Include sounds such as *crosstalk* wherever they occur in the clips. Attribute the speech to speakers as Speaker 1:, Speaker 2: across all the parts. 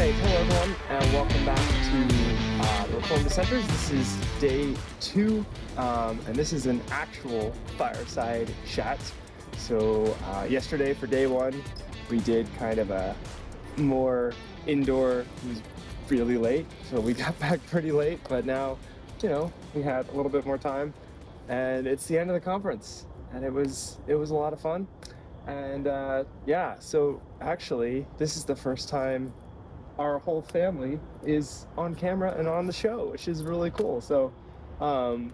Speaker 1: everyone, and welcome back to uh, the Reform Dissenters. This is day two, um, and this is an actual fireside chat. So, uh, yesterday for day one, we did kind of a more indoor, it was really late, so we *laughs* got back pretty late, but now, you know, we had a little bit more time, and it's the end of the conference, and it was it was a lot of fun. And uh, yeah, so actually, this is the first time our whole family is on camera and on the show, which is really cool. So, um,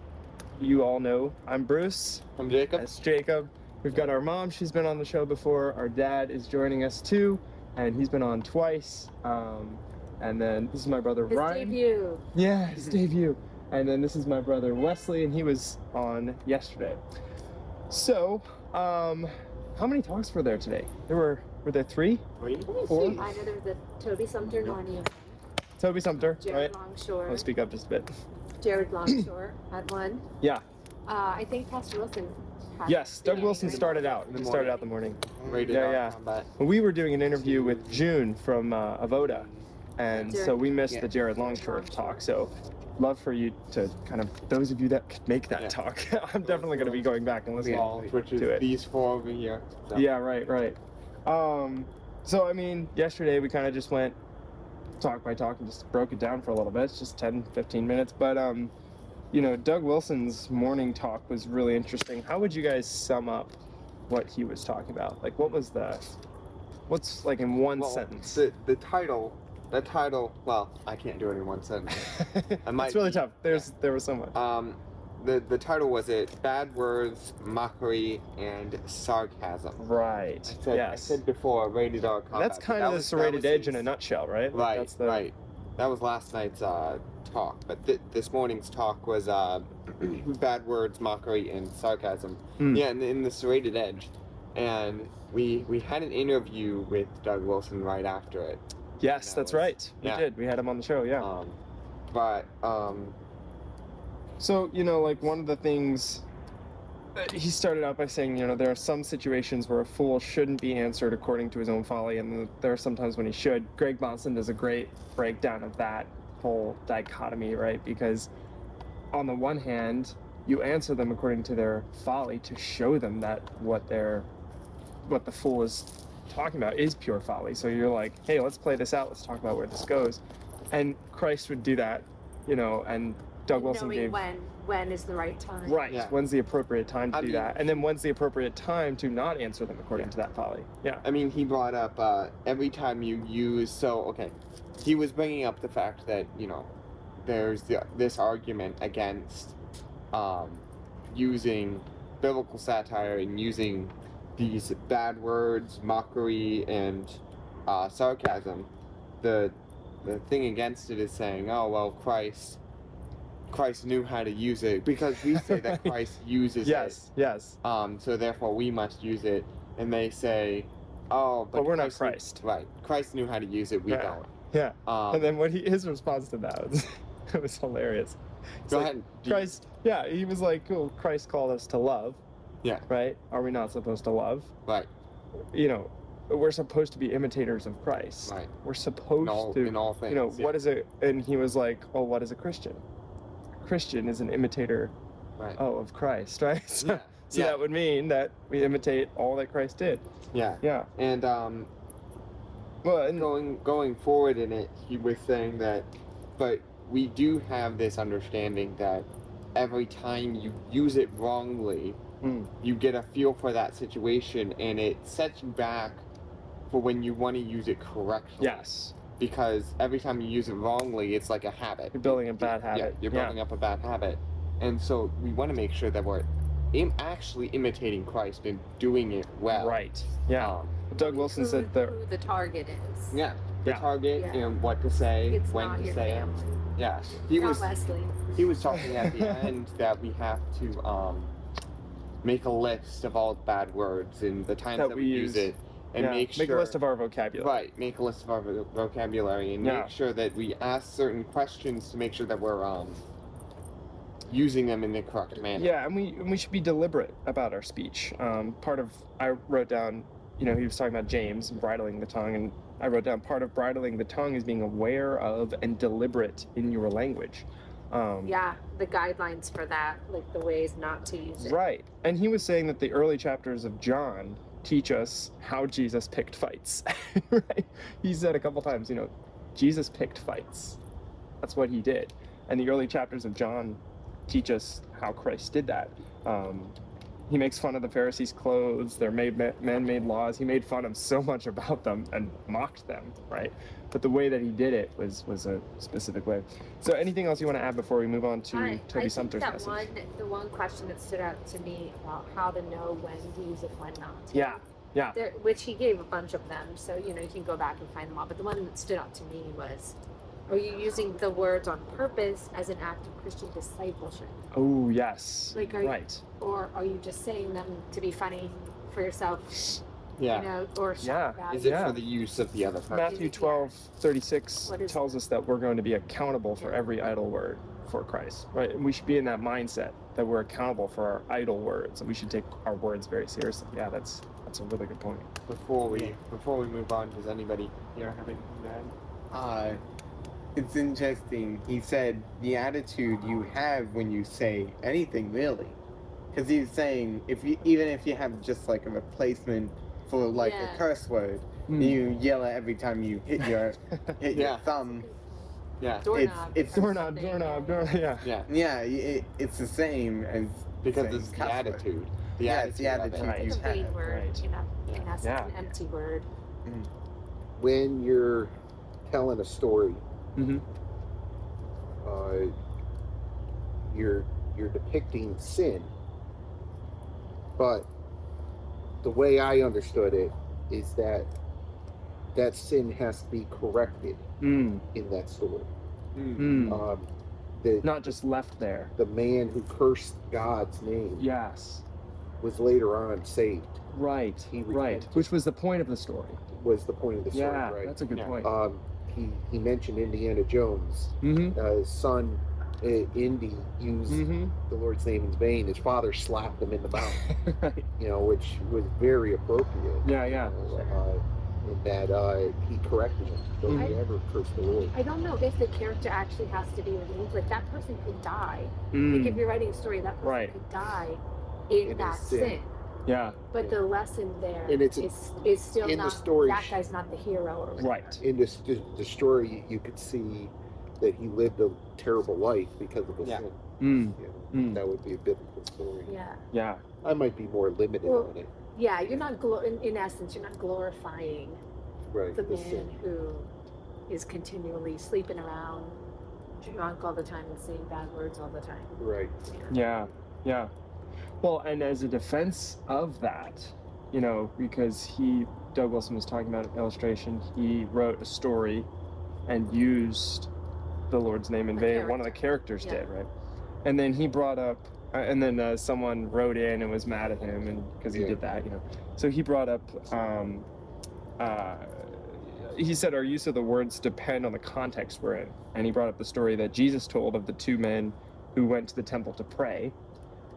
Speaker 1: you all know I'm Bruce.
Speaker 2: I'm Jacob.
Speaker 1: That's Jacob. We've got our mom. She's been on the show before. Our dad is joining us too, and he's been on twice. Um, and then this is my brother
Speaker 3: His
Speaker 1: Ryan.
Speaker 3: debut.
Speaker 1: Yeah, his debut. And then this is my brother Wesley, and he was on yesterday. So, um, how many talks were there today? There were were there three? Four?
Speaker 3: I know there was a Toby Sumter Nani,
Speaker 1: Toby Sumter,
Speaker 3: Jared
Speaker 1: right? I'll
Speaker 3: Longshore.
Speaker 1: speak up just a bit. *clears throat*
Speaker 3: Jared Longshore had one.
Speaker 1: Yeah.
Speaker 3: Uh, I think Pastor Wilson. Had
Speaker 1: Yes, Doug
Speaker 3: Yeah,
Speaker 1: Wilson
Speaker 3: right?
Speaker 1: started out.
Speaker 2: In the
Speaker 1: He started
Speaker 2: morning.
Speaker 1: out the morning.
Speaker 2: Ready
Speaker 1: Yeah,
Speaker 2: to
Speaker 1: yeah.
Speaker 2: combat.
Speaker 1: We were doing an interview with June from uh, Avoda, and so we missed
Speaker 2: Yeah.
Speaker 1: the Jared Longshore talk. So, love for you to kind of those of you that could make that
Speaker 2: Yeah.
Speaker 1: talk. *laughs* I'm definitely going to be going back and listening.
Speaker 2: Yeah, which is
Speaker 1: to it.
Speaker 2: these four over here. So,
Speaker 1: Yeah, right, right. Um, so I mean, yesterday we kind of just went talk by talk and just broke it down for a little bit. It's just 10, 15 minutes, but um, you know, Doug Wilson's morning talk was really interesting. How would you guys sum up what he was talking about? Like, what was the what's like in one
Speaker 2: well,
Speaker 1: sentence? *laughs*
Speaker 2: The, the title, the title. Well, I can't do it in
Speaker 1: *laughs*
Speaker 2: one sentence. I might
Speaker 1: it's really
Speaker 2: be-
Speaker 1: tough. There's there was so much.
Speaker 2: Um, the the title was it bad words, mockery, and sarcasm.
Speaker 1: right.
Speaker 2: I said,
Speaker 1: yes.
Speaker 2: I said before, rated R combat.
Speaker 1: that's
Speaker 2: but
Speaker 1: kind
Speaker 2: that
Speaker 1: of the
Speaker 2: was- that
Speaker 1: serrated
Speaker 2: was
Speaker 1: edge in
Speaker 2: his-
Speaker 1: a nutshell, right? Like,
Speaker 2: Right,
Speaker 1: That's the,
Speaker 2: right. That was last night's uh, talk, but th- this morning's talk was uh, *clears throat* bad words, mockery, and sarcasm.
Speaker 1: Mm.
Speaker 2: Yeah, in, in the serrated edge, and we we had an interview with Doug Wilson right after it.
Speaker 1: Yes,
Speaker 2: That
Speaker 1: that's
Speaker 2: was-
Speaker 1: right. We
Speaker 2: yeah.
Speaker 1: did. We had him on the show. Yeah.
Speaker 2: Um, but um,
Speaker 1: So, you know, like one of the things uh, he started out by saying, you know, there are some situations where a fool shouldn't be answered according to his own folly, and there are sometimes when he should. Greg Bonson does a great breakdown of that whole dichotomy, right? Because on the one hand, you answer them according to their folly to show them that what they're what the fool is talking about is pure folly. So you're like, hey, let's play this out. Let's talk about where this goes. And Christ would do that, you know, and Doug Wilson
Speaker 3: Knowing
Speaker 1: gave
Speaker 3: when when is the right time.
Speaker 1: Right.
Speaker 2: Yeah.
Speaker 1: When's the appropriate time to
Speaker 2: I
Speaker 1: do
Speaker 2: mean-
Speaker 1: that? And then when's the appropriate time to not answer them according to that folly? Yeah.
Speaker 2: I mean, he brought up uh, every time you use. So okay, he was bringing up the fact that you know there's the, this argument against um, using biblical satire and using these bad words, mockery, and uh, sarcasm. The the thing against it is saying, oh well, Christ. Christ knew how to use it because we say that Christ uses it
Speaker 1: Yes. Yes.
Speaker 2: um, so therefore we must use it. And they say, oh, but,
Speaker 1: But we're not
Speaker 2: knew-
Speaker 1: Christ.
Speaker 2: right. Christ knew how to use it. We
Speaker 1: Yeah.
Speaker 2: don't.
Speaker 1: Yeah.
Speaker 2: Um,
Speaker 1: and then what he his response to that was *laughs* it was hilarious. It's
Speaker 2: go
Speaker 1: like,
Speaker 2: ahead. Do you-
Speaker 1: Christ. Yeah. He was like, "Oh, Christ called us to love."
Speaker 2: Yeah.
Speaker 1: Right. Are we not supposed to love?
Speaker 2: Right.
Speaker 1: You know, we're supposed to be imitators of Christ.
Speaker 2: Right.
Speaker 1: We're supposed
Speaker 2: In all,
Speaker 1: to.
Speaker 2: in all things.
Speaker 1: you know
Speaker 2: yeah,
Speaker 1: what is a and he was like oh what is a christian christian is an imitator
Speaker 2: Right.
Speaker 1: oh of christ *laughs* right so,
Speaker 2: *laughs* yeah.
Speaker 1: so
Speaker 2: yeah.
Speaker 1: that would mean that we imitate all that christ did
Speaker 2: yeah.
Speaker 1: yeah
Speaker 2: And um,
Speaker 1: well and
Speaker 2: going going forward in it, he was saying that, but we do have this understanding that every time you use it wrongly,
Speaker 1: Mm.
Speaker 2: you get a feel for that situation, and it sets you back for when you want to use it correctly.
Speaker 1: yes
Speaker 2: because every time you use it wrongly, it's like a habit.
Speaker 1: you're building a bad habit
Speaker 2: Yeah, you're building up a bad habit, and so we want to make sure that we're Im- actually imitating Christ and doing it well.
Speaker 1: right yeah
Speaker 2: Um,
Speaker 1: doug wilson
Speaker 3: Who-
Speaker 1: said that
Speaker 3: who the target is.
Speaker 2: yeah. The
Speaker 1: Yeah.
Speaker 2: target
Speaker 3: Yeah.
Speaker 2: and what to say,
Speaker 3: It's
Speaker 2: when
Speaker 3: not
Speaker 2: to
Speaker 3: your
Speaker 2: say it.
Speaker 3: family.
Speaker 2: Yeah. He
Speaker 3: not
Speaker 2: was
Speaker 3: Wesley.
Speaker 2: he was talking at
Speaker 3: *laughs*
Speaker 2: the end that we have to um, make a list of all bad words and the times
Speaker 1: That
Speaker 2: that,
Speaker 1: we
Speaker 2: we, use
Speaker 1: use.
Speaker 2: it, and
Speaker 1: yeah,
Speaker 2: make sure
Speaker 1: a list of our vocabulary
Speaker 2: Right, make a list of our vo- vocabulary and
Speaker 1: Yeah.
Speaker 2: make sure that we ask certain questions to make sure that we're um using them in the correct manner.
Speaker 1: Yeah, and we and we should be deliberate about our speech. Um, part of I wrote down, you know, he was talking about James and bridling the tongue, and I wrote down part of bridling the tongue is being aware of and deliberate in your language. Um,
Speaker 3: Yeah, the guidelines for that, like the ways not to use it.
Speaker 1: Right. And he was saying that the early chapters of John teach us how Jesus picked fights. *laughs* right? He said a couple times, you know, Jesus picked fights. That's what he did. And the early chapters of John teach us how Christ did that. Um, he makes fun of the Pharisees' clothes, their made, man-made laws. He made fun of so much about them and mocked them, right? But the way that he did it was was a specific way. So, anything else you want to add before we move on to
Speaker 3: I, I
Speaker 1: Toby
Speaker 3: think
Speaker 1: Sumter's
Speaker 3: that
Speaker 1: message?
Speaker 3: one, the one question that stood out to me about how to know when to use it, when not to.
Speaker 1: Yeah, yeah.
Speaker 3: There, which he gave a bunch of them, so you know you can go back and find them all. But the one that stood out to me was, are you using the words on purpose as an act of Christian discipleship,
Speaker 1: Oh yes.
Speaker 3: Like, are you-
Speaker 1: right.
Speaker 3: or are you just saying them to be funny for yourself,
Speaker 2: Yeah.
Speaker 3: you know, or
Speaker 1: Yeah.
Speaker 3: shout about
Speaker 2: Is it
Speaker 1: Yeah.
Speaker 2: for the use of the other person?
Speaker 1: Matthew
Speaker 3: Yeah.
Speaker 1: twelve thirty six
Speaker 3: What is-
Speaker 1: tells us that we're going to be accountable for every idle word for Christ. Right. And we should be in that mindset that we're accountable for our idle words and we should take our words very seriously. Yeah, that's that's a really good point.
Speaker 2: before we before we move on, does anybody here have anything to add?
Speaker 4: Uh, it's interesting. He said the attitude you have when you say anything, really, because he's saying if you even if you have just like a replacement for like
Speaker 3: Yeah.
Speaker 4: a curse word,
Speaker 1: Mm.
Speaker 4: you yell it every time you hit
Speaker 2: *laughs*
Speaker 4: your hit
Speaker 2: Hmm. Yeah.
Speaker 4: your thumb.
Speaker 2: Yeah,
Speaker 3: doorknob?
Speaker 4: um, it's
Speaker 3: or
Speaker 1: Doorknob,
Speaker 3: something.
Speaker 1: doorknob, doorknob. Yeah.
Speaker 2: yeah.
Speaker 4: Yeah, it, it's the same as
Speaker 2: Because
Speaker 4: saying
Speaker 2: it's the
Speaker 4: cuss word.
Speaker 2: attitude. The
Speaker 4: Yeah, it's
Speaker 2: attitude
Speaker 4: the
Speaker 2: of it.
Speaker 4: attitude.
Speaker 1: Right.
Speaker 3: It's a vain word,
Speaker 1: Right.
Speaker 3: you know, and that's
Speaker 1: Yeah.
Speaker 3: an empty word.
Speaker 5: when you're telling a story,
Speaker 1: Mhm.
Speaker 5: uh, you're you're depicting sin. But the way I understood it is that that sin has to be corrected
Speaker 1: Mm,
Speaker 5: in that story.
Speaker 2: Mm.
Speaker 1: mm.
Speaker 5: Um, the
Speaker 1: Not just left there.
Speaker 5: the man who cursed God's name
Speaker 1: Yes.
Speaker 5: was later on saved.
Speaker 1: Right.
Speaker 5: He
Speaker 1: Right.
Speaker 5: repented.
Speaker 1: Which was the point of the story.
Speaker 5: Was the point of the story,
Speaker 1: yeah, Uh,
Speaker 5: right?
Speaker 1: that's a good
Speaker 2: Yeah.
Speaker 1: point.
Speaker 5: Um, he he mentioned Indiana Jones.
Speaker 1: mm-hmm.
Speaker 5: uh, his son uh, Indy used
Speaker 1: Mm-hmm.
Speaker 5: the Lord's name in vain. His father slapped him in the mouth,
Speaker 1: *laughs* right.
Speaker 5: you know, which was very appropriate.
Speaker 1: Yeah, yeah.
Speaker 5: you know, uh, in that uh, he corrected him. Don't
Speaker 1: Mhm.
Speaker 5: you ever curse the Lord.
Speaker 3: I don't know if the character actually has to be removed. Like that person could die. Like if
Speaker 1: Mm.
Speaker 3: you're writing a story, that person
Speaker 1: Right.
Speaker 3: could die in
Speaker 5: In
Speaker 3: that
Speaker 5: his sin.
Speaker 3: sin.
Speaker 1: Yeah.
Speaker 3: But the lesson there
Speaker 5: And it's-
Speaker 3: is, is still
Speaker 5: in the
Speaker 3: not
Speaker 5: story
Speaker 3: that
Speaker 5: she-
Speaker 3: guy's not the hero or whatever.
Speaker 1: Right.
Speaker 5: In this the, the story, you could see that he lived a terrible life because of the
Speaker 2: Yeah.
Speaker 5: sin.
Speaker 1: Mm.
Speaker 5: you know.
Speaker 1: Mm.
Speaker 5: That would be a biblical story.
Speaker 3: Yeah.
Speaker 1: Yeah.
Speaker 5: I might be more limited
Speaker 3: Well-
Speaker 5: on it,
Speaker 3: Yeah, you're not glo- in, in essence, you're not glorifying
Speaker 5: right?
Speaker 3: the
Speaker 5: The
Speaker 3: man
Speaker 5: sin.
Speaker 3: who is continually sleeping around, drunk all the time and saying bad words all the time.
Speaker 5: Right.
Speaker 1: Yeah, yeah. Well, and as a defense of that, you know, because he, Doug Wilson was talking about illustration, he wrote a story and used the Lord's name in
Speaker 3: The
Speaker 1: vain. One of the characters
Speaker 3: Yeah.
Speaker 1: did, right? And then he brought up, uh, and then uh, someone wrote in and was mad at him and because he
Speaker 5: Yeah.
Speaker 1: did that, you know. So he brought up, um, uh, he said, our use of the words depend on the context we're in. And he brought up the story that Jesus told of the two men who went to the temple to pray.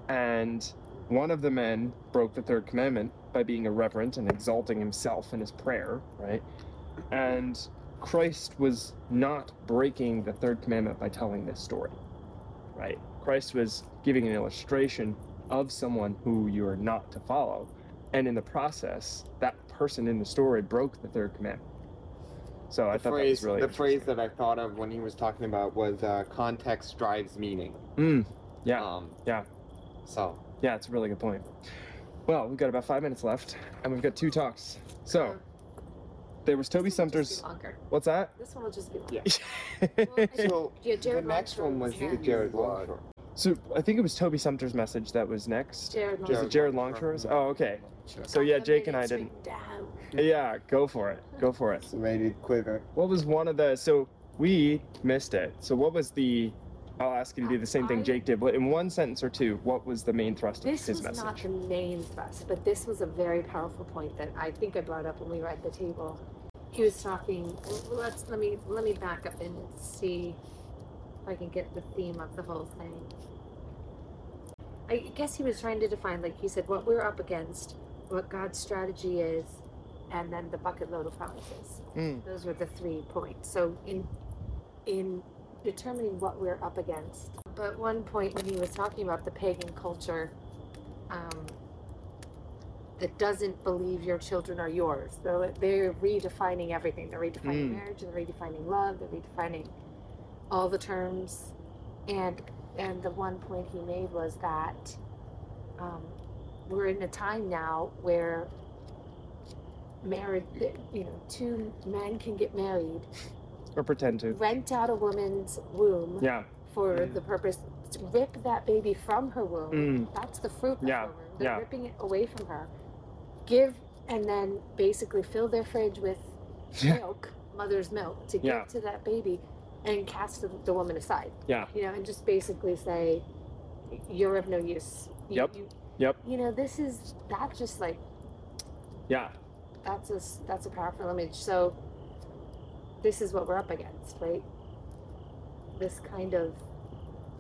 Speaker 1: And one of the men broke the third commandment by being irreverent and exalting himself in his prayer, right? And Christ was not breaking the third commandment by telling this story, right? Christ was giving an illustration of someone who you are not to follow. And in the process, that person in the story broke the third commandment. So I
Speaker 2: The
Speaker 1: thought
Speaker 2: phrase,
Speaker 1: that was really
Speaker 2: the phrase
Speaker 1: interesting.
Speaker 2: that I thought of when he was talking about was uh, context drives meaning.
Speaker 1: Mm, yeah.
Speaker 2: Um,
Speaker 1: yeah. *laughs*
Speaker 2: So
Speaker 1: Yeah, it's a really good point. Well, we've got about five minutes left, and we've got two talks. So there was Toby
Speaker 3: This one will just
Speaker 1: Sumter's.
Speaker 3: be longer.
Speaker 1: What's that?
Speaker 3: This one will just be longer.
Speaker 2: Yeah.
Speaker 1: *laughs*
Speaker 2: so
Speaker 3: Yeah, Jared
Speaker 2: the next
Speaker 3: Longshore
Speaker 2: one was the
Speaker 3: next.
Speaker 2: Jared
Speaker 5: Longshore.
Speaker 2: Longshore.
Speaker 1: so I think it was Toby Sumter's message that was next.
Speaker 3: Jared
Speaker 1: Was
Speaker 3: Longshore.
Speaker 1: it Jared Longshore's? Oh, okay. So yeah, Jake and I didn't. Yeah, go for it. Go for it.
Speaker 4: It's a rated quiver.
Speaker 1: What was one of the? So we missed it. So what was the? I'll ask you to do the same thing
Speaker 3: I-
Speaker 1: Jake did. What in one sentence or two? What was the main thrust of
Speaker 3: This
Speaker 1: his
Speaker 3: was
Speaker 1: message?
Speaker 3: not the main thrust, but this was a very powerful point that I think I brought up when we were at the table. He was talking. Let's let me let me back up and see if I can get the theme of the whole thing. I guess he was trying to define, like he said, what we're up against, what God's strategy is, and then the bucket load of promises.
Speaker 1: Mm.
Speaker 3: Those were the three points. So in in determining what we're up against. But one point when he was talking about the pagan culture um, that doesn't believe your children are yours. So they're redefining everything. They're redefining
Speaker 1: Mm.
Speaker 3: marriage. They're redefining love. They're redefining all the terms. And and the one point he made was that um, we're in a time now where marriage, you know, two men can get married,
Speaker 1: Or pretend to.
Speaker 3: rent out a woman's womb
Speaker 1: Yeah.
Speaker 3: for
Speaker 4: Mm.
Speaker 3: the purpose to rip that baby from her womb.
Speaker 1: Mm.
Speaker 3: That's the fruit. of
Speaker 1: Yeah,
Speaker 3: her womb. They're
Speaker 1: yeah.
Speaker 3: ripping it away from her. Give and then basically fill their fridge with
Speaker 1: Yeah.
Speaker 3: milk, mother's milk, to give
Speaker 1: Yeah.
Speaker 3: to that baby, and cast the, the woman aside.
Speaker 1: Yeah.
Speaker 3: You know, and just basically say, "You're of no use." You-
Speaker 1: Yep.
Speaker 3: You,
Speaker 1: Yep.
Speaker 3: you know, this is that just like
Speaker 1: Yeah.
Speaker 3: that's a s- that's a powerful image. So this is what we're up against, right? This kind of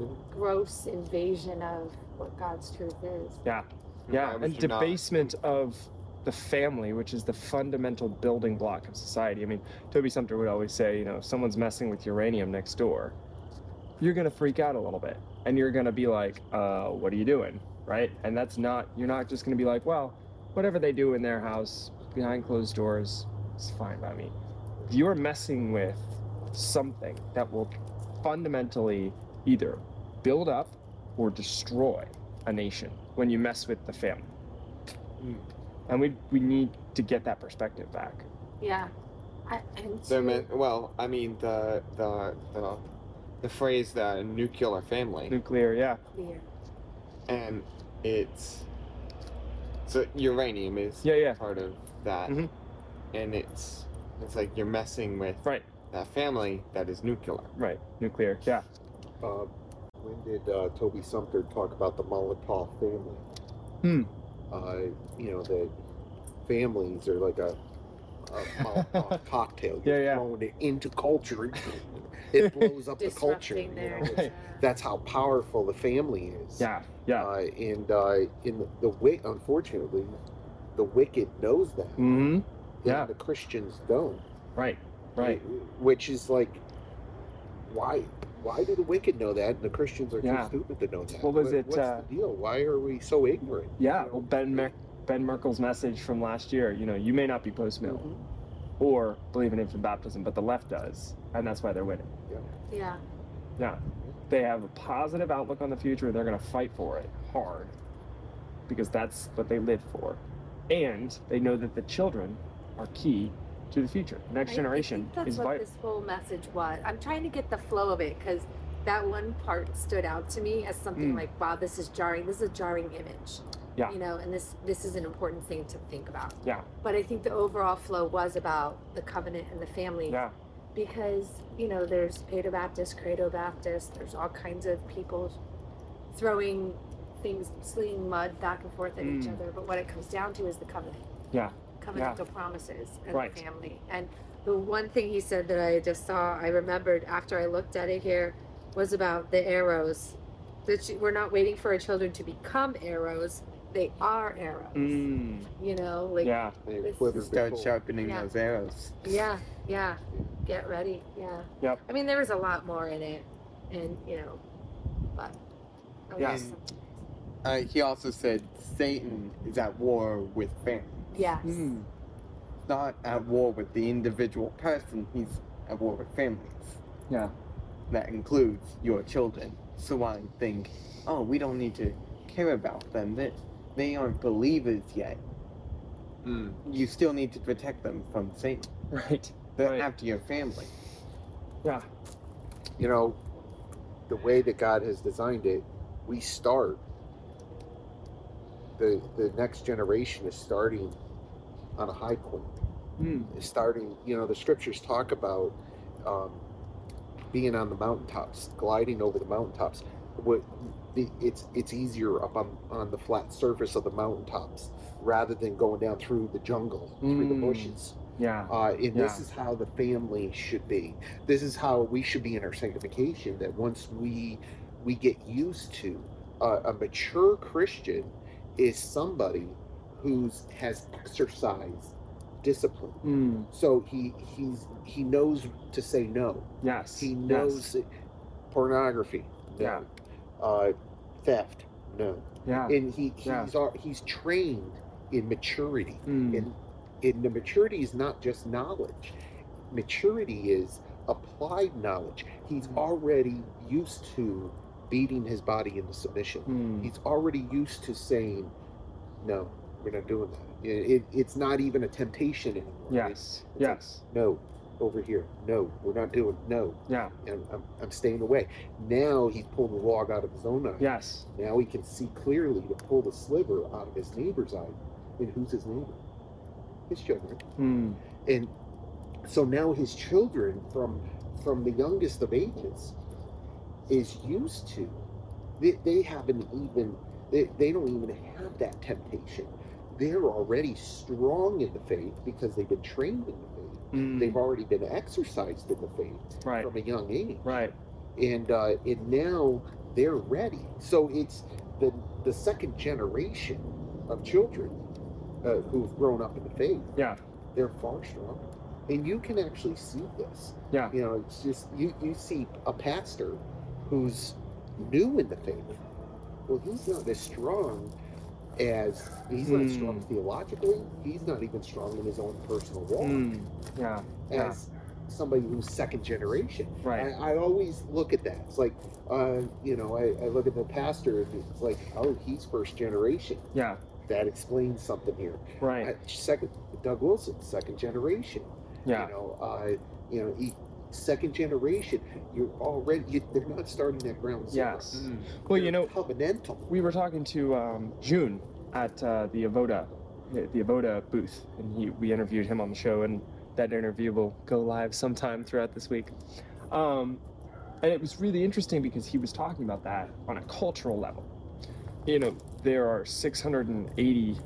Speaker 5: Mhm.
Speaker 3: gross invasion of what God's truth is.
Speaker 1: Yeah.
Speaker 2: Why
Speaker 1: And
Speaker 2: would you not?
Speaker 1: debasement of the family, which is the fundamental building block of society. I mean, Toby Sumter would always say, you know, if someone's messing with uranium next door, you're going to freak out a little bit and you're going to be like, uh, what are you doing? Right. And that's not, you're not just going to be like, well, whatever they do in their house behind closed doors is fine by me. You're messing with something that will fundamentally either build up or destroy a nation when you mess with the family.
Speaker 4: Mm.
Speaker 1: And we we need to get that perspective back.
Speaker 3: Yeah. I, and
Speaker 2: The,
Speaker 3: to-
Speaker 2: men- well, I mean the the the the phrase the nuclear family.
Speaker 1: Nuclear, yeah.
Speaker 3: yeah.
Speaker 2: and it's so uranium is
Speaker 1: Yeah, yeah.
Speaker 2: part of that,
Speaker 1: Mhm.
Speaker 2: and it's it's like you're messing with
Speaker 1: Right.
Speaker 2: that family that is nuclear.
Speaker 1: Right. Nuclear, yeah.
Speaker 5: Uh, when did uh, Toby Sumter talk about the Molotov family?
Speaker 1: Hmm.
Speaker 5: Uh, you know that families are like a, a
Speaker 1: *laughs*
Speaker 5: Molotov cocktail. You
Speaker 1: Yeah, yeah.
Speaker 5: throw it into culture,
Speaker 1: *laughs*
Speaker 5: it blows up the culture. You
Speaker 3: Disrupting their
Speaker 5: know? It's- *laughs* That's how powerful the family is.
Speaker 1: Yeah. Yeah.
Speaker 5: Uh, and uh, in the, the wick, unfortunately, the wicked knows that.
Speaker 1: mm-hmm.
Speaker 5: and
Speaker 1: Yeah.
Speaker 5: the Christians don't.
Speaker 1: Right. Right.
Speaker 5: Which is like, why? Why do the wicked know that, and the Christians are
Speaker 1: Yeah.
Speaker 5: too stupid to know that?
Speaker 1: What was it,
Speaker 5: What's
Speaker 1: uh,
Speaker 5: the deal? Why are we so ignorant?
Speaker 1: Yeah.
Speaker 5: You know?
Speaker 1: Well Ben Mer- Ben Merkel's message from last year, you know, you may not be post mill
Speaker 5: Mhm.
Speaker 1: or believe in infant baptism, but the left does. And that's why they're winning.
Speaker 3: Yeah.
Speaker 1: Yeah. They have a positive outlook on the future. They're going to fight for it hard because that's what they live for. And they know that the children are key to the future. The next
Speaker 3: I- I
Speaker 1: generation
Speaker 3: think that's
Speaker 1: is
Speaker 3: what
Speaker 1: vital.
Speaker 3: this whole message was. I'm trying to get the flow of it because that one part stood out to me as something
Speaker 1: Mm.
Speaker 3: like, "Wow, this is jarring. This is a jarring image."
Speaker 1: Yeah.
Speaker 3: You know, and this this is an important thing to think about.
Speaker 1: Yeah.
Speaker 3: But I think the overall flow was about the covenant and the family
Speaker 1: Yeah.
Speaker 3: because you know there's Paedo Baptist, Credo Baptist. There's all kinds of people throwing things, slinging mud back and forth at each
Speaker 1: Mm.
Speaker 3: other. But what it comes down to is the covenant.
Speaker 1: Yeah.
Speaker 3: Covenantal promises and
Speaker 1: Right.
Speaker 3: the family. And the one thing he said that I just saw, I remembered after I looked at it here, was about the arrows. That she, we're not waiting for our children to become arrows; they are arrows.
Speaker 1: Mm.
Speaker 3: You know, like
Speaker 1: yeah.
Speaker 5: They
Speaker 3: This-
Speaker 5: quiver
Speaker 4: Start
Speaker 5: before.
Speaker 4: sharpening
Speaker 3: Yeah.
Speaker 4: those arrows.
Speaker 3: Yeah, yeah. Get ready. Yeah.
Speaker 1: Yep.
Speaker 3: I mean, there was a lot more in it, and you know, but. I
Speaker 1: Yeah.
Speaker 3: was-
Speaker 4: Uh, he also said Satan is at war with family.
Speaker 3: Yes.
Speaker 1: Mm.
Speaker 4: Not at war with the individual person, he's at war with families.
Speaker 1: Yeah.
Speaker 4: That includes your children. So I think, oh, we don't need to care about them. They, they aren't believers yet.
Speaker 1: Mm.
Speaker 4: You still need to protect them from Satan.
Speaker 1: Right.
Speaker 4: They're
Speaker 1: Right.
Speaker 4: after your family.
Speaker 1: Yeah.
Speaker 5: You know, the way that God has designed it, we start. The the next generation is starting on a high point.
Speaker 1: Mm.
Speaker 5: starting you know the scriptures talk about um, being on the mountaintops gliding over the mountaintops what the, it's it's easier up on, on the flat surface of the mountaintops rather than going down through the jungle through the
Speaker 1: Mm.
Speaker 5: bushes
Speaker 1: Yeah.
Speaker 5: uh, and this
Speaker 1: Yeah.
Speaker 5: is how the family should be this is how we should be in our sanctification that once we we get used to uh, a mature christian is somebody who's has exercised discipline.
Speaker 1: Mm,
Speaker 5: So he he's he knows to say no.
Speaker 1: yes.
Speaker 5: He
Speaker 1: yes.
Speaker 5: knows that- pornography. No. Uh, theft. No.
Speaker 1: Yeah.
Speaker 5: And he he's
Speaker 1: Yeah.
Speaker 5: al- he's trained in maturity.
Speaker 1: Mm,
Speaker 5: And and the maturity is not just knowledge. Maturity is applied knowledge. He's
Speaker 1: Mm-hmm.
Speaker 5: already used to beating his body into submission.
Speaker 1: mm,
Speaker 5: He's already used to saying, "No, we're not doing that." It, it- it's not even a temptation anymore. It's,
Speaker 1: yes. Yes.
Speaker 5: no, over here. No, we're not doing. No,
Speaker 1: Yeah.
Speaker 5: I'm, I'm, I'm staying away. Now he's pulled the log out of his own eye.
Speaker 1: Yes.
Speaker 5: Now he can see clearly to pull the sliver out of his neighbor's eye. And who's his neighbor? His children.
Speaker 1: Mm,
Speaker 5: And so now his children, from from the youngest of ages, is used to. They, they haven't even. They, they don't even have that temptation. They're already strong in the faith because they've been trained in the faith.
Speaker 1: mm,
Speaker 5: They've already been exercised in the faith
Speaker 1: right.
Speaker 5: from a young age
Speaker 1: Right.
Speaker 5: and uh, and now they're ready. So it's the the second generation of children uh, who've grown up in the faith.
Speaker 1: Yeah.
Speaker 5: they're far stronger, and you can actually see this.
Speaker 1: Yeah.
Speaker 5: you know, it's just you you see a pastor who's new in the faith. Well, he's not as strong as he's not
Speaker 1: Mm.
Speaker 5: strong theologically. He's not even strong in his own personal walk
Speaker 1: Mm, yeah. yeah.
Speaker 5: as somebody who's second generation.
Speaker 1: Right.
Speaker 5: I, I always look at that. It's like, uh, you know, I, I look at the pastor and it's like, oh, he's first generation.
Speaker 1: Yeah.
Speaker 5: That explains something here.
Speaker 1: Right.
Speaker 5: I, second, Doug Wilson, second generation.
Speaker 1: yeah.
Speaker 5: You know, uh, you know, he, second generation. You're already. You, they're not starting at ground zero.
Speaker 1: yes. Well, you
Speaker 5: They're
Speaker 1: know,
Speaker 5: covenantal.
Speaker 1: we were talking to um, June at uh, the Avoda, the Avoda booth, and he, we interviewed him on the show, and that interview will go live sometime throughout this week. Um, and it was really interesting because he was talking about that on a cultural level. You know, there are 680,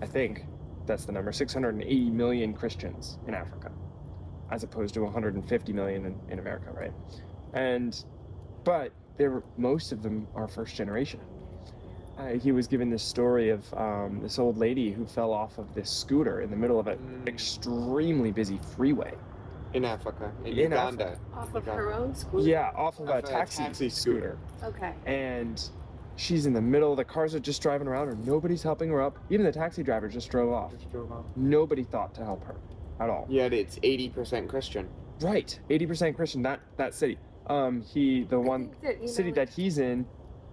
Speaker 1: I think that's the number, 680 million Christians in Africa, as opposed to 150 million in, in America, right? And, but they're, most of them are first generation uh, he was given this story of um, this old lady who fell off of this scooter in the middle of an
Speaker 2: Mm.
Speaker 1: extremely busy freeway.
Speaker 2: in Africa, in,
Speaker 1: In Af-
Speaker 2: Uganda.
Speaker 3: Off of
Speaker 2: Okay.
Speaker 3: her own school?
Speaker 1: Yeah, off of a
Speaker 2: Off a
Speaker 1: taxi,
Speaker 2: taxi
Speaker 1: scooter.
Speaker 2: scooter.
Speaker 3: Okay.
Speaker 1: And she's in the middle. The cars are just driving around her. Nobody's helping her up. Even the taxi driver just drove off. Nobody thought to help her at all.
Speaker 2: Yet it's eighty percent Christian.
Speaker 1: Right, 80% Christian. That that city. Um, he the
Speaker 3: I
Speaker 1: one
Speaker 3: think that, you
Speaker 1: city
Speaker 3: know,
Speaker 1: that he's in,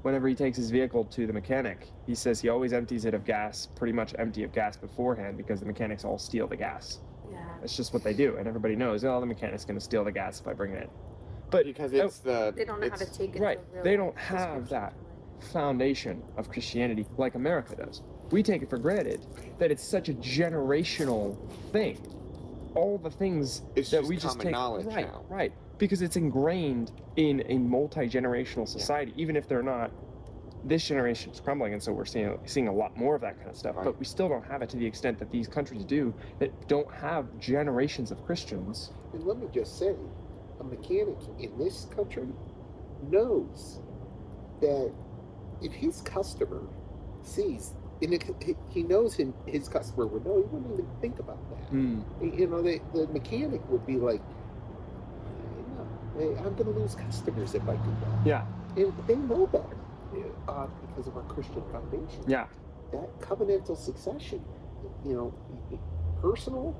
Speaker 1: whenever he takes his vehicle to the mechanic, he says he always empties it of gas, pretty much empty of gas beforehand, because the mechanics all steal the gas.
Speaker 3: Yeah.
Speaker 1: That's just what they do, and everybody knows. Oh, the mechanic's going to steal the gas if I bring it in. But
Speaker 2: Because it's the
Speaker 3: They don't know how to
Speaker 2: it's-
Speaker 3: take it.
Speaker 1: right,
Speaker 3: to a
Speaker 1: they
Speaker 3: real
Speaker 1: don't have
Speaker 3: prescription.
Speaker 1: that foundation of Christianity like America does. We take it for granted that it's such a generational thing. All the things
Speaker 2: It's
Speaker 1: that
Speaker 2: just
Speaker 1: we just
Speaker 2: common
Speaker 1: take
Speaker 2: knowledge
Speaker 1: right,
Speaker 2: now.
Speaker 1: right, because it's ingrained in a multi-generational society. Even if they're not, this generation is crumbling, and so we're seeing seeing a lot more of that kind of stuff.
Speaker 2: Right.
Speaker 1: But we still don't have it to the extent that these countries do that don't have generations of Christians.
Speaker 5: And let me just say, a mechanic in this country knows that if his customer sees, and it, he- he knows him, his customer would know, he wouldn't even think about that.
Speaker 2: Hmm.
Speaker 1: Mm-hmm.
Speaker 5: You know, they, the mechanic would be like, "No, hey, I'm going to lose customers if I do that.
Speaker 1: Yeah,
Speaker 5: And they know better uh, because of our Christian foundation
Speaker 1: yeah,
Speaker 5: that covenantal succession, you know, personal,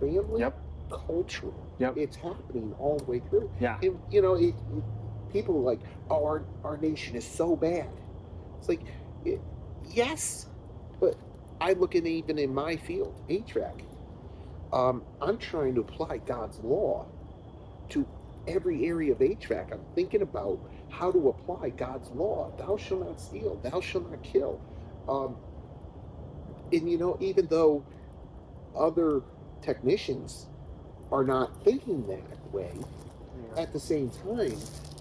Speaker 5: family,
Speaker 1: Yep.
Speaker 5: cultural.
Speaker 1: Yep.
Speaker 5: It's happening all the way through.
Speaker 1: yeah,
Speaker 5: And, you know, it, it- people are like, oh, our, our nation is so bad. It's like, it, yes, but I look at even in my field, HVAC, um, I'm trying to apply God's law to every area of HVAC. I'm thinking about how to apply God's law. Thou shalt not steal. Thou shalt not kill. Um, and you know, even though other technicians are not thinking that way, at the same time,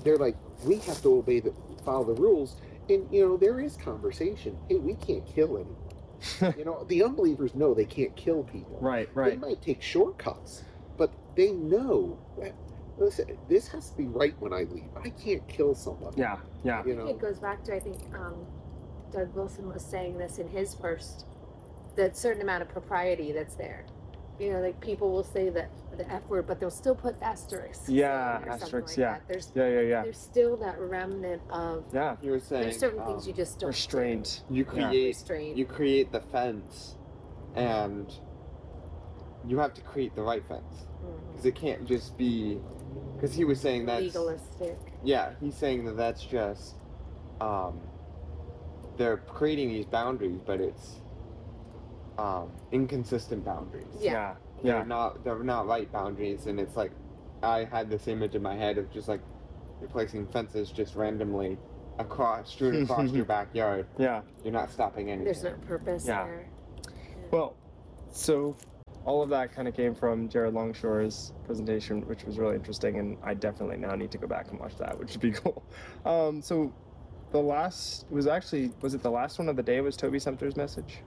Speaker 5: they're like, we have to obey the follow the rules. And you know, there is conversation. Hey, we can't kill
Speaker 1: *laughs*
Speaker 5: anyone. you know, the unbelievers know they can't kill people.
Speaker 1: right,
Speaker 5: They
Speaker 1: right,
Speaker 5: might take shortcuts, but they know. that, Listen, this has to be right when I leave. I can't kill someone.
Speaker 1: yeah, yeah,
Speaker 5: You
Speaker 3: I
Speaker 5: know.
Speaker 3: think it goes back to, I think um, Doug Wilson was saying this in his first, that certain amount of propriety that's there. you know, like people will say that the F word, but they'll still put asterisks. in
Speaker 1: Yeah,
Speaker 3: it or something
Speaker 1: asterisks,
Speaker 3: like
Speaker 1: yeah.
Speaker 3: that. There's
Speaker 1: Yeah, yeah, yeah.
Speaker 3: there's still that remnant of
Speaker 1: Yeah.
Speaker 2: You were saying
Speaker 3: there's certain
Speaker 2: um,
Speaker 3: things you just don't
Speaker 1: Restraint.
Speaker 2: you
Speaker 1: Yeah.
Speaker 2: create
Speaker 3: restrain.
Speaker 2: you create the fence and you have to create the right fence
Speaker 3: Mm-hmm.
Speaker 2: because it can't just be because he was saying that's
Speaker 3: legalistic.
Speaker 2: yeah he's saying that that's just um they're creating these boundaries but it's um inconsistent boundaries
Speaker 3: Yeah.
Speaker 1: Yeah.
Speaker 2: they're
Speaker 1: Yeah.
Speaker 2: not they're not right boundaries and it's like i had this image in my head of just like you're placing fences just randomly across strewn across your backyard
Speaker 1: Yeah.
Speaker 2: you're not stopping anything
Speaker 3: There's no purpose
Speaker 1: Yeah.
Speaker 3: there.
Speaker 1: Well, so all of that kind of came from Jared Longshore's presentation, which was really interesting, and I definitely now need to go back and watch that, which would be *laughs* cool. Um, so the last was actually was it the last one of the day was Toby Sumter's message?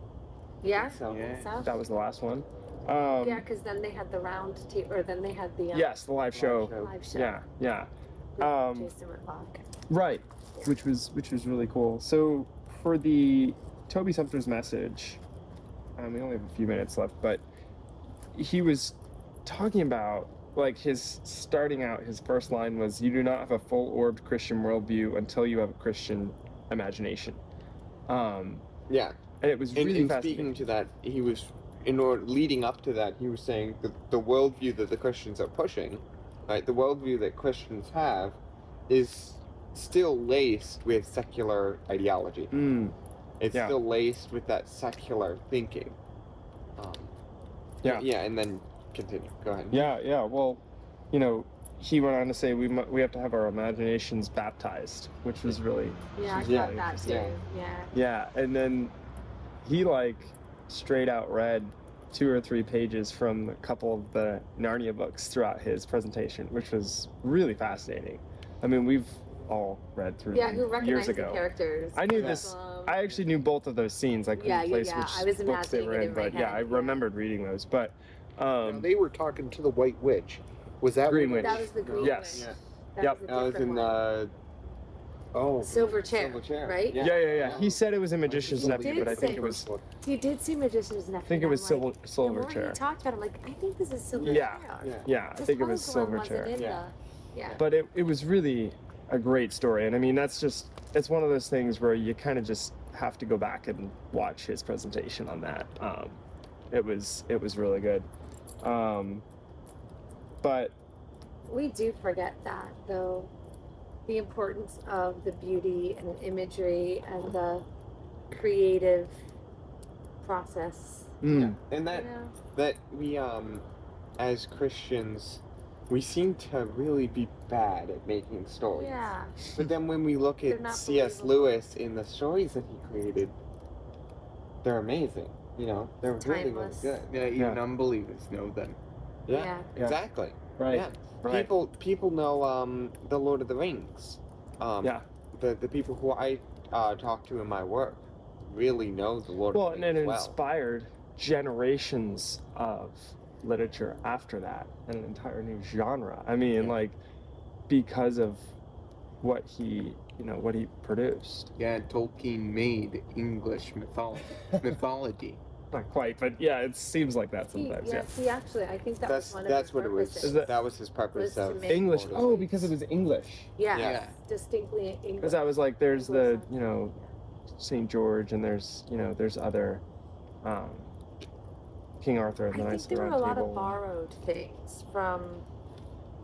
Speaker 3: Yeah.
Speaker 2: so
Speaker 4: Yeah.
Speaker 3: South.
Speaker 1: That was the last one. Um,
Speaker 3: yeah, because then they had the round tape, or then they had the um,
Speaker 1: Yes, the live show.
Speaker 3: live show.
Speaker 1: Yeah, yeah.
Speaker 3: with
Speaker 1: um,
Speaker 3: Jason Whitlock.
Speaker 1: Right, which was which was really cool. So for the Toby Sumter's message, um, we only have a few minutes left, but he was talking about like his starting out. His first line was, "You do not have a full-orbed Christian worldview until you have a Christian imagination," um,
Speaker 2: yeah
Speaker 1: and it was
Speaker 2: And,
Speaker 1: really
Speaker 2: and
Speaker 1: fascinating.
Speaker 2: speaking to that, he was in order leading up to that, he was saying that the worldview that the Christians are pushing, right, the worldview that Christians have, is still laced with secular ideology.
Speaker 1: Mm,
Speaker 2: It's
Speaker 1: Yeah.
Speaker 2: still laced with that secular thinking. Um,
Speaker 1: Yeah.
Speaker 2: Yeah, and then continue. Go ahead.
Speaker 1: Yeah, yeah. Well, you know, he went on to say we mu- we have to have our imaginations baptized, which was really
Speaker 3: Yeah, I
Speaker 2: Yeah,
Speaker 3: got that too.
Speaker 2: yeah.
Speaker 3: Yeah.
Speaker 1: Yeah, and then he like straight out read two or three pages from a couple of the Narnia books throughout his presentation, which was really fascinating. I mean, we've all read through
Speaker 3: Yeah,
Speaker 1: them
Speaker 3: who
Speaker 1: years
Speaker 3: recognized the
Speaker 1: ago.
Speaker 3: characters?
Speaker 1: I knew
Speaker 2: Yeah.
Speaker 1: this.
Speaker 3: Um,
Speaker 1: I actually knew both of those scenes. I couldn't
Speaker 3: Yeah, yeah,
Speaker 1: place
Speaker 3: yeah.
Speaker 1: which
Speaker 3: I was
Speaker 1: books they
Speaker 3: imagining
Speaker 1: were
Speaker 3: it
Speaker 1: in,
Speaker 3: in my
Speaker 1: but yeah,
Speaker 3: head,
Speaker 1: I
Speaker 3: yeah.
Speaker 1: remembered reading those. But um,
Speaker 5: Now, they were talking to the White Witch. Was that
Speaker 1: Green
Speaker 5: what-
Speaker 1: Witch.
Speaker 3: that was the green
Speaker 1: Yes.
Speaker 2: Yeah.
Speaker 3: one. That
Speaker 1: Yep.
Speaker 3: was a
Speaker 2: I was
Speaker 3: different
Speaker 2: in
Speaker 3: one.
Speaker 2: uh,
Speaker 5: Oh,
Speaker 3: silver chair,
Speaker 2: Silver Chair,
Speaker 3: right?
Speaker 1: yeah,
Speaker 2: yeah.
Speaker 1: yeah, yeah, He said it was a magician's
Speaker 5: He
Speaker 1: nephew,
Speaker 3: did
Speaker 1: but I think
Speaker 3: say-
Speaker 1: it was.
Speaker 3: He did see Magician's Nephew.
Speaker 1: I think it
Speaker 3: and
Speaker 1: was
Speaker 3: I'm
Speaker 1: silver,
Speaker 3: like, the
Speaker 1: silver
Speaker 3: more
Speaker 1: chair.
Speaker 3: He talked about. it, I'm like, I think this is silver
Speaker 1: Yeah.
Speaker 3: chair.
Speaker 2: yeah.
Speaker 1: Yeah, I
Speaker 3: This
Speaker 1: think it was
Speaker 3: hologram
Speaker 1: silver
Speaker 3: wasn't
Speaker 1: chair.
Speaker 3: in
Speaker 2: Yeah.
Speaker 3: the- yeah.
Speaker 1: but it, it was really a great story and i mean that's just it's one of those things where you kind of just have to go back and watch his presentation on that um, it was it was really good um, but
Speaker 3: We do forget that though. The importance of the beauty and imagery and the creative process.
Speaker 1: mm,
Speaker 2: And
Speaker 3: You
Speaker 2: that
Speaker 3: know?
Speaker 2: that we um as Christians we seem to really be bad at making stories.
Speaker 3: Yeah.
Speaker 2: But then when we look
Speaker 3: They're
Speaker 2: at
Speaker 3: not
Speaker 2: C.S.
Speaker 3: believable.
Speaker 2: Lewis in the stories that he created, they're amazing. You know, they're
Speaker 3: Timeless.
Speaker 2: really, really good.
Speaker 4: Yeah, even
Speaker 1: Yeah.
Speaker 4: unbelievers know them.
Speaker 2: Yeah,
Speaker 3: Yeah.
Speaker 1: Yeah.
Speaker 2: exactly.
Speaker 1: right
Speaker 2: Yeah.
Speaker 1: right
Speaker 2: People people know um the Lord of the Rings. Um,
Speaker 1: Yeah.
Speaker 2: The the people who I uh, talk to in my work really know the Lord
Speaker 1: well
Speaker 2: of
Speaker 1: and
Speaker 2: the
Speaker 1: it
Speaker 2: Rings well.
Speaker 1: inspired generations of literature after that and an entire new genre i mean
Speaker 2: Yeah.
Speaker 1: like because of what he you know what he produced
Speaker 4: Yeah, Tolkien made English
Speaker 1: *laughs*
Speaker 4: mythology. mythology.
Speaker 1: not quite but yeah it seems like that
Speaker 3: See,
Speaker 1: sometimes
Speaker 3: yeah,
Speaker 1: yeah
Speaker 3: see, actually, I think that
Speaker 2: that's
Speaker 3: was one of
Speaker 2: that's
Speaker 3: his
Speaker 2: what it was.
Speaker 3: purposes.
Speaker 1: Is that-
Speaker 2: that was his
Speaker 3: was
Speaker 2: purpose
Speaker 3: to
Speaker 2: of
Speaker 3: make-
Speaker 1: English.
Speaker 2: Lord of the
Speaker 1: Oh,
Speaker 2: Rings.
Speaker 1: because it was English.
Speaker 3: yeah,
Speaker 4: Yeah.
Speaker 3: distinctly English.
Speaker 1: Because I was like, there's the
Speaker 3: English.
Speaker 1: you know, Saint George, and there's you know, there's other, um, King Arthur and the
Speaker 3: I
Speaker 1: Knights
Speaker 3: think
Speaker 1: of the
Speaker 3: there
Speaker 1: Round
Speaker 3: were a lot
Speaker 1: Table.
Speaker 3: of borrowed things from.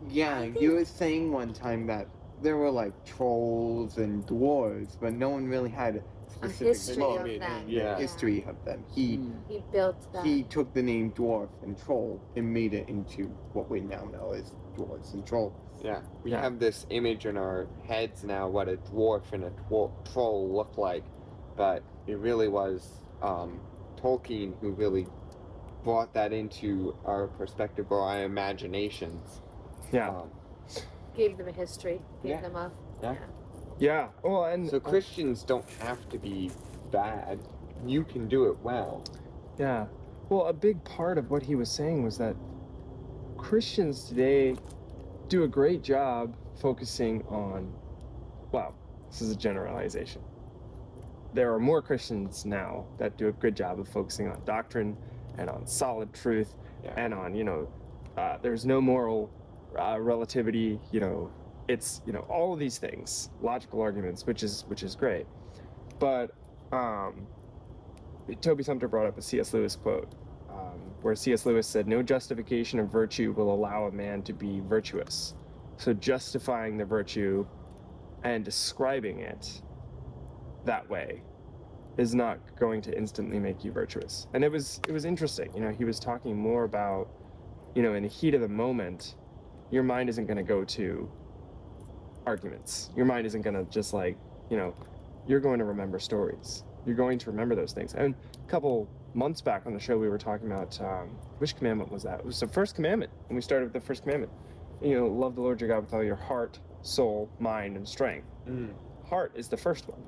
Speaker 4: Yeah,
Speaker 3: I
Speaker 4: you were saying one time that there were like trolls and dwarves, but no one really had a specific
Speaker 3: history
Speaker 4: look
Speaker 3: of
Speaker 4: at
Speaker 3: them,
Speaker 4: the
Speaker 2: yeah.
Speaker 4: history of them. He
Speaker 1: hmm.
Speaker 3: He built that.
Speaker 4: he took the name dwarf and troll and made it into what we now know as dwarves and trolls.
Speaker 2: Yeah, we
Speaker 1: Yeah.
Speaker 2: have this image in our heads now what a dwarf and a dwar- troll look like, but it really was um, Tolkien who really brought that into our perspective or our imaginations.
Speaker 1: Yeah,
Speaker 2: Um,
Speaker 3: gave them a history. Gave
Speaker 2: Yeah.
Speaker 3: them a.
Speaker 2: Yeah.
Speaker 1: yeah. Well, and
Speaker 2: so Christians don't have to be bad. You can do it well.
Speaker 1: Yeah. Well, a big part of what he was saying was that Christians today do a great job focusing on, well, this is a generalization. There are more Christians now that do a good job of focusing on doctrine and on solid truth
Speaker 2: Yeah.
Speaker 1: and on you know uh, there's no moral uh, relativity you know it's you know all of these things logical arguments which is which is great but um, toby sumter brought up a cs lewis quote um, where cs lewis said no justification of virtue will allow a man to be virtuous so justifying the virtue and describing it that way is not going to instantly make you virtuous. And it was it was interesting. You know, he was talking more about, you know, in the heat of the moment, your mind isn't going to go to arguments. Your mind isn't going to just like, you know, you're going to remember stories. You're going to remember those things. And a couple months back on the show, we were talking about um, which commandment was that? It was the first commandment, and we started with the first commandment. You know, love the Lord your God with all your heart, soul, mind, and strength heart is the first one.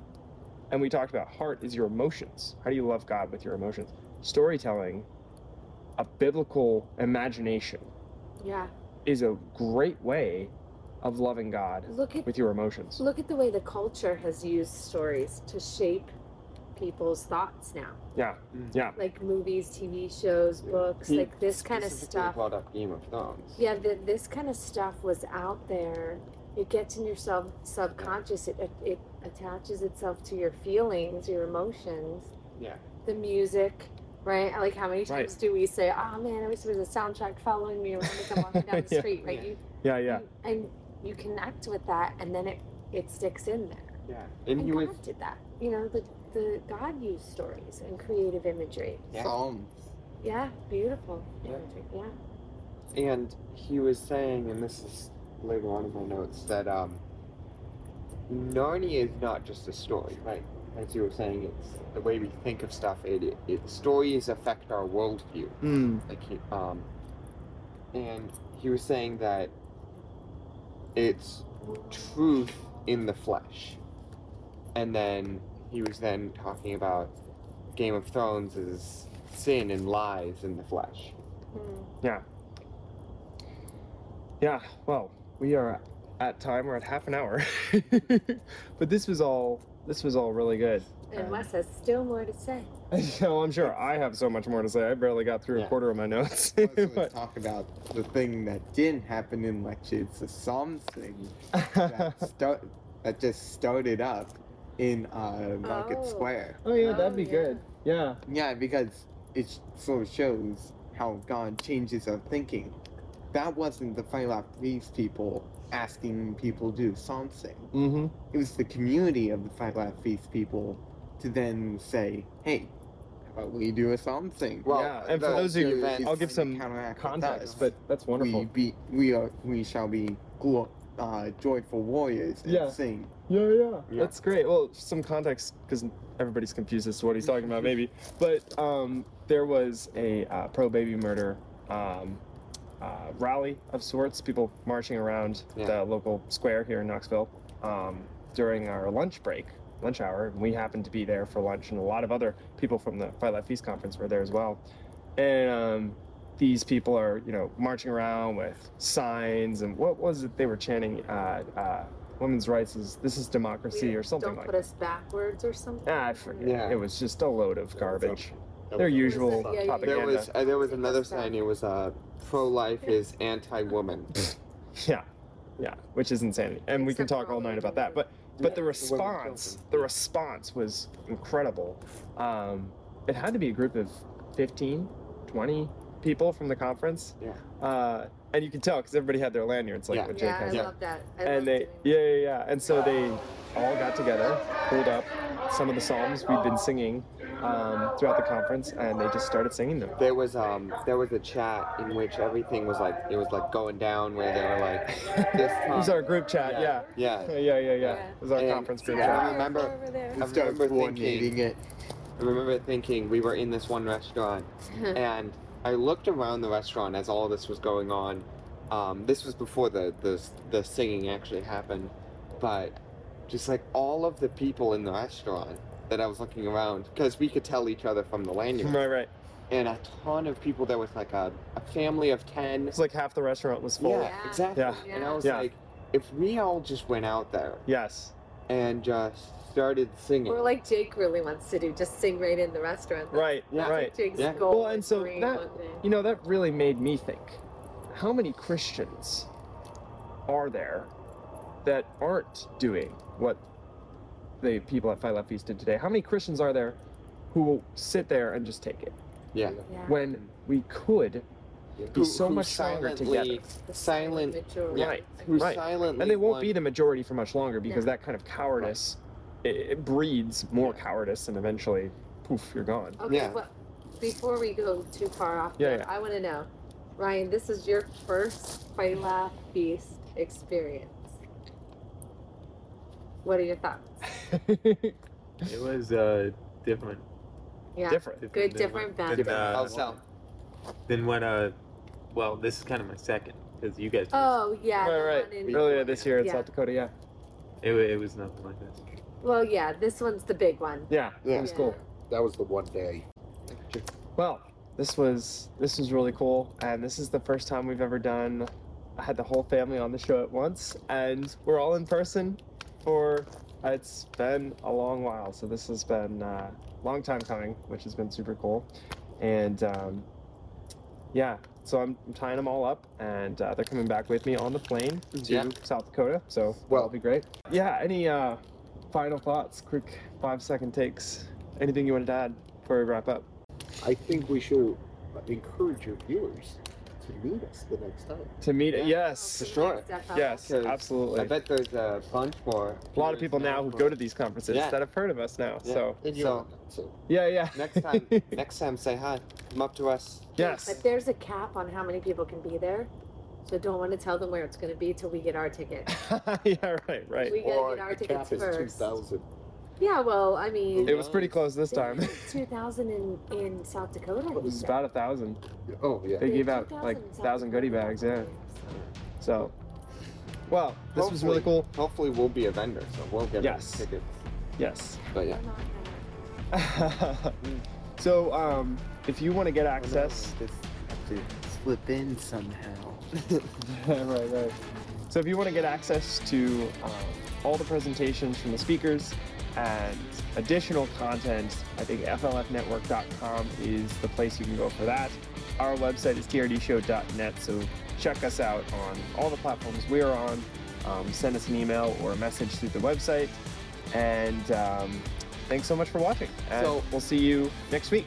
Speaker 1: And we talked about heart is your emotions. How do you love God with your emotions? Storytelling, a biblical imagination
Speaker 3: Yeah.
Speaker 1: is a great way of loving God
Speaker 3: Look at
Speaker 1: with your emotions.
Speaker 3: look at the way the culture has used stories to shape people's thoughts now.
Speaker 1: Yeah,
Speaker 2: Mm.
Speaker 1: yeah.
Speaker 3: Like movies, TV shows, books,
Speaker 2: He
Speaker 3: like this kind of
Speaker 2: Mm. specifically
Speaker 3: stuff.
Speaker 2: Brought up Game of Thrones.
Speaker 3: Yeah, the, this kind of stuff was out there. It gets in your sub- subconscious. It, it it attaches itself to your feelings, your emotions.
Speaker 2: Yeah.
Speaker 3: The music, right? Like how many
Speaker 1: Right.
Speaker 3: times do we say, "Oh man, I wish there was a soundtrack following me around as I'm walking down
Speaker 1: *laughs*
Speaker 3: the
Speaker 1: Yeah.
Speaker 3: street," right?
Speaker 2: Yeah.
Speaker 3: You,
Speaker 1: Yeah, yeah.
Speaker 3: you- and you connect with that, and then it it sticks in there.
Speaker 2: Yeah. And
Speaker 3: And
Speaker 2: he
Speaker 3: God
Speaker 2: was
Speaker 3: did that. You know, the, the God used stories and creative imagery.
Speaker 2: Yeah.
Speaker 4: Psalms.
Speaker 3: Yeah, beautiful
Speaker 2: Yeah.
Speaker 3: imagery. Yeah.
Speaker 2: and he was saying, and this is later on in my notes, that um, Narnia is not just a story, right? As you were saying, it's the way we think of stuff. It, it, it stories affect our worldview.
Speaker 1: Mm,
Speaker 2: like he, um, and he was saying that it's truth in the flesh, and then he was then talking about Game of Thrones is sin and lies in the flesh.
Speaker 3: Mm.
Speaker 1: yeah. Well, we are at time. We're at half an hour. *laughs* but this was all this was all really good. *laughs*
Speaker 3: And
Speaker 1: Um,
Speaker 3: Wes has still more to say.
Speaker 1: So I'm sure I have so much more to say. I barely got through a
Speaker 2: Yeah.
Speaker 1: quarter of my notes.
Speaker 4: Let's really
Speaker 1: *laughs* But-
Speaker 4: talk about the thing that didn't happen in lectures, the Psalms thing
Speaker 1: oh, *laughs*
Speaker 4: that, sta- that just started up in uh, Market
Speaker 3: Oh.
Speaker 4: Square.
Speaker 1: oh yeah,
Speaker 3: Oh,
Speaker 1: that'd be
Speaker 3: yeah.
Speaker 1: good. Yeah.
Speaker 4: Yeah, because it sh- sort of shows how God changes our thinking. That wasn't the Philops these people asking people to do Psalm sing.
Speaker 1: Mm-hmm.
Speaker 4: It was the community of the Philops these people to then say, hey, how about we do a Psalm sing?
Speaker 2: Well,
Speaker 1: Yeah, and for
Speaker 2: the-
Speaker 1: those who-
Speaker 2: the event-
Speaker 1: I'll give some
Speaker 4: counteract
Speaker 1: Context,
Speaker 4: that.
Speaker 1: but that's wonderful.
Speaker 4: We be we are we shall be glo- uh, joyful warriors and
Speaker 1: Yeah.
Speaker 4: sing.
Speaker 1: Yeah, yeah,
Speaker 2: Yeah.
Speaker 1: That's great. Well, some context because everybody's confused as to what he's talking about, maybe. But um, there was a uh, pro baby murder um, uh, rally of sorts. People marching around
Speaker 2: Yeah.
Speaker 1: the local square here in Knoxville um, during our lunch break, lunch hour, and we happened to be there for lunch, and a lot of other people from the Fight Left Feast conference were there as well. And um, these people are, you know, marching around with signs and what was it they were chanting? Uh, uh, women's rights is this is democracy
Speaker 3: We
Speaker 1: or something
Speaker 3: Don't
Speaker 1: like
Speaker 3: put
Speaker 1: that.
Speaker 3: us backwards or something.
Speaker 1: Ah, I forget.
Speaker 2: Yeah.
Speaker 1: It was just a load of garbage.
Speaker 5: That
Speaker 1: Their
Speaker 5: was-
Speaker 1: usual
Speaker 3: Yeah, yeah, yeah.
Speaker 1: propaganda.
Speaker 2: There was uh, there was
Speaker 3: Take
Speaker 2: another
Speaker 3: us back.
Speaker 2: sign. It was uh, pro life is anti woman.
Speaker 1: *laughs* Yeah, yeah, which is insanity, and we can
Speaker 3: Except for
Speaker 1: talk all
Speaker 3: all the
Speaker 1: night about
Speaker 3: women
Speaker 1: that.
Speaker 3: who-
Speaker 1: But but
Speaker 2: Yeah,
Speaker 1: the
Speaker 2: the women
Speaker 1: response,
Speaker 2: children.
Speaker 1: the response was incredible. Um, it had to be a group of 15, 20 people from the conference.
Speaker 2: Yeah.
Speaker 1: Uh, and you can tell because everybody had their lanyards, like
Speaker 2: Yeah.
Speaker 1: what Jake
Speaker 3: Yeah, I
Speaker 1: has.
Speaker 2: Yeah.
Speaker 3: love that. I love
Speaker 1: And they,
Speaker 3: doing that.
Speaker 1: yeah, yeah, yeah. And so they all got together, pulled up some of the psalms we've been singing um, throughout the conference, and they just started singing them.
Speaker 2: There was um there was a chat in which everything was like it was like going down where they were like
Speaker 1: *laughs*
Speaker 2: this
Speaker 1: It
Speaker 2: time.
Speaker 1: was our group chat, yeah.
Speaker 2: yeah.
Speaker 1: Yeah, yeah, yeah.
Speaker 3: Yeah.
Speaker 1: It was our
Speaker 2: And-
Speaker 1: conference group
Speaker 2: Yeah, I
Speaker 1: chat.
Speaker 3: Over
Speaker 2: remember-
Speaker 3: there, over
Speaker 1: *laughs*
Speaker 3: there. *laughs*
Speaker 2: I
Speaker 4: Start
Speaker 2: remember
Speaker 4: coordinating it.
Speaker 2: I remember thinking we were in this one restaurant and I looked around the restaurant as all this was going on. Um, this was before the, the the singing actually happened, but just like all of the people in the restaurant that I was looking around because we could tell each other from the lanyard,
Speaker 1: Right, right.
Speaker 2: and a ton of people. There was like a, a family of ten.
Speaker 1: It's like half the restaurant was full.
Speaker 2: Yeah,
Speaker 3: Yeah.
Speaker 2: exactly.
Speaker 1: Yeah.
Speaker 2: And I was
Speaker 1: Yeah.
Speaker 2: like, if we all just went out there
Speaker 1: Yes.
Speaker 2: and just started singing.
Speaker 3: Or like Jake really wants to do, just sing right in the restaurant.
Speaker 1: Right,
Speaker 2: Yeah.
Speaker 1: right.
Speaker 3: Jake's
Speaker 2: Yeah.
Speaker 3: goal
Speaker 1: Well, and
Speaker 3: is
Speaker 1: so
Speaker 3: green
Speaker 1: that-
Speaker 3: one day.
Speaker 1: You know, that really made me think how many Christians are there that aren't doing what the people at Phi Left Feast did today? How many Christians are there who will sit there and just take it
Speaker 2: yeah.
Speaker 3: Yeah.
Speaker 1: when we could be
Speaker 2: Who-
Speaker 1: so
Speaker 2: who
Speaker 1: much stronger
Speaker 2: silently-
Speaker 1: together?
Speaker 3: The
Speaker 2: silent-
Speaker 3: majority.
Speaker 2: Yeah.
Speaker 1: Right,
Speaker 2: Who
Speaker 1: right.
Speaker 2: silently
Speaker 1: And they won't
Speaker 2: want-
Speaker 1: be the majority for much longer because that kind of cowardice it, it breeds more cowardice and eventually poof you're
Speaker 3: *laughs*
Speaker 1: gone.
Speaker 3: Okay,
Speaker 2: Yeah.
Speaker 3: well, before we go too far off,
Speaker 1: Yeah,
Speaker 3: there,
Speaker 1: yeah.
Speaker 3: I want to know, Ryan, this is your first Fela Feast experience. What are your thoughts?
Speaker 6: It was uh, different.
Speaker 3: Yeah.
Speaker 1: *laughs* Different.
Speaker 3: Good,
Speaker 6: than
Speaker 3: different
Speaker 6: what-
Speaker 3: background.
Speaker 6: Than, uh,
Speaker 2: I'll sell.
Speaker 6: than what, uh, well, this is kind of my second because you guys.
Speaker 3: Oh yeah. the
Speaker 1: right,
Speaker 3: one
Speaker 1: right.
Speaker 3: in-
Speaker 1: Earlier this year in
Speaker 3: Yeah.
Speaker 1: South Dakota, yeah.
Speaker 6: It, wa- it was nothing like this.
Speaker 3: Well, yeah, this one's the big one.
Speaker 1: Yeah,
Speaker 5: Yeah.
Speaker 1: it was cool.
Speaker 5: That was the one day.
Speaker 1: Well, this was this was really cool, and this is the first time we've ever done. I had the whole family on the show at once, and we're all in person. For it's been a long while, so this has been uh, long time coming, which has been super cool, and um, yeah. So I'm, I'm tying them all up, and uh, they're coming back with me on the plane to
Speaker 2: Yeah.
Speaker 1: South Dakota. So
Speaker 5: Well-
Speaker 1: that'll be great. Yeah. Any uh, final thoughts? Quick five second takes. Anything you wanted to add before we wrap up?
Speaker 5: I think we should encourage your viewers to meet us the next time.
Speaker 1: To meet
Speaker 2: Yeah.
Speaker 1: yes.
Speaker 2: For sure.
Speaker 3: Step up. um,
Speaker 1: Yes,
Speaker 2: Because
Speaker 1: absolutely.
Speaker 2: I bet there's a bunch more.
Speaker 1: a lot of people now who go to these conferences
Speaker 2: Yeah.
Speaker 1: that have heard of us now.
Speaker 2: Yeah.
Speaker 1: So
Speaker 5: And you
Speaker 2: So-
Speaker 5: are not, so
Speaker 1: yeah, yeah.
Speaker 2: next
Speaker 1: *laughs*
Speaker 2: time, next time, say hi. Come up to us.
Speaker 1: yes.
Speaker 3: But there's a cap on how many people can be there, so don't want to tell them where it's going to be till we get our ticket.
Speaker 1: *laughs* yeah. Right. Right.
Speaker 3: We got to
Speaker 5: or
Speaker 3: get our
Speaker 5: the cap
Speaker 3: tickets
Speaker 5: is two
Speaker 3: first.
Speaker 5: thousand.
Speaker 3: Yeah, well, I mean,
Speaker 1: It was pretty close this time. *laughs* It
Speaker 3: Two thousand in in South Dakota. I
Speaker 1: was
Speaker 3: think.
Speaker 1: about a thousand.
Speaker 5: Oh yeah.
Speaker 1: They
Speaker 3: Yeah,
Speaker 1: gave out
Speaker 3: 2,000
Speaker 1: like
Speaker 3: in South
Speaker 1: thousand goodie
Speaker 3: Dakota.
Speaker 1: bags. Yeah. So, well, this was really
Speaker 2: Hopefully-
Speaker 1: cool.
Speaker 2: Hopefully, we'll be a vendor, so we'll get
Speaker 1: Yes.
Speaker 2: tickets.
Speaker 1: Yes. *laughs*
Speaker 2: But yeah.
Speaker 3: uh,
Speaker 1: so, um, if you want to get access
Speaker 4: Just have to slip in somehow.
Speaker 1: *laughs* right, right. So if you want to get access to um, all the presentations from the speakers and additional content, I think flfnetwork.com is the place you can go for that. Our website is trdshow.net, so check us out on all the platforms we are on. Um, send us an email or a message through the website. And um, thanks so much for watching. And
Speaker 2: So-
Speaker 1: we'll see you next week.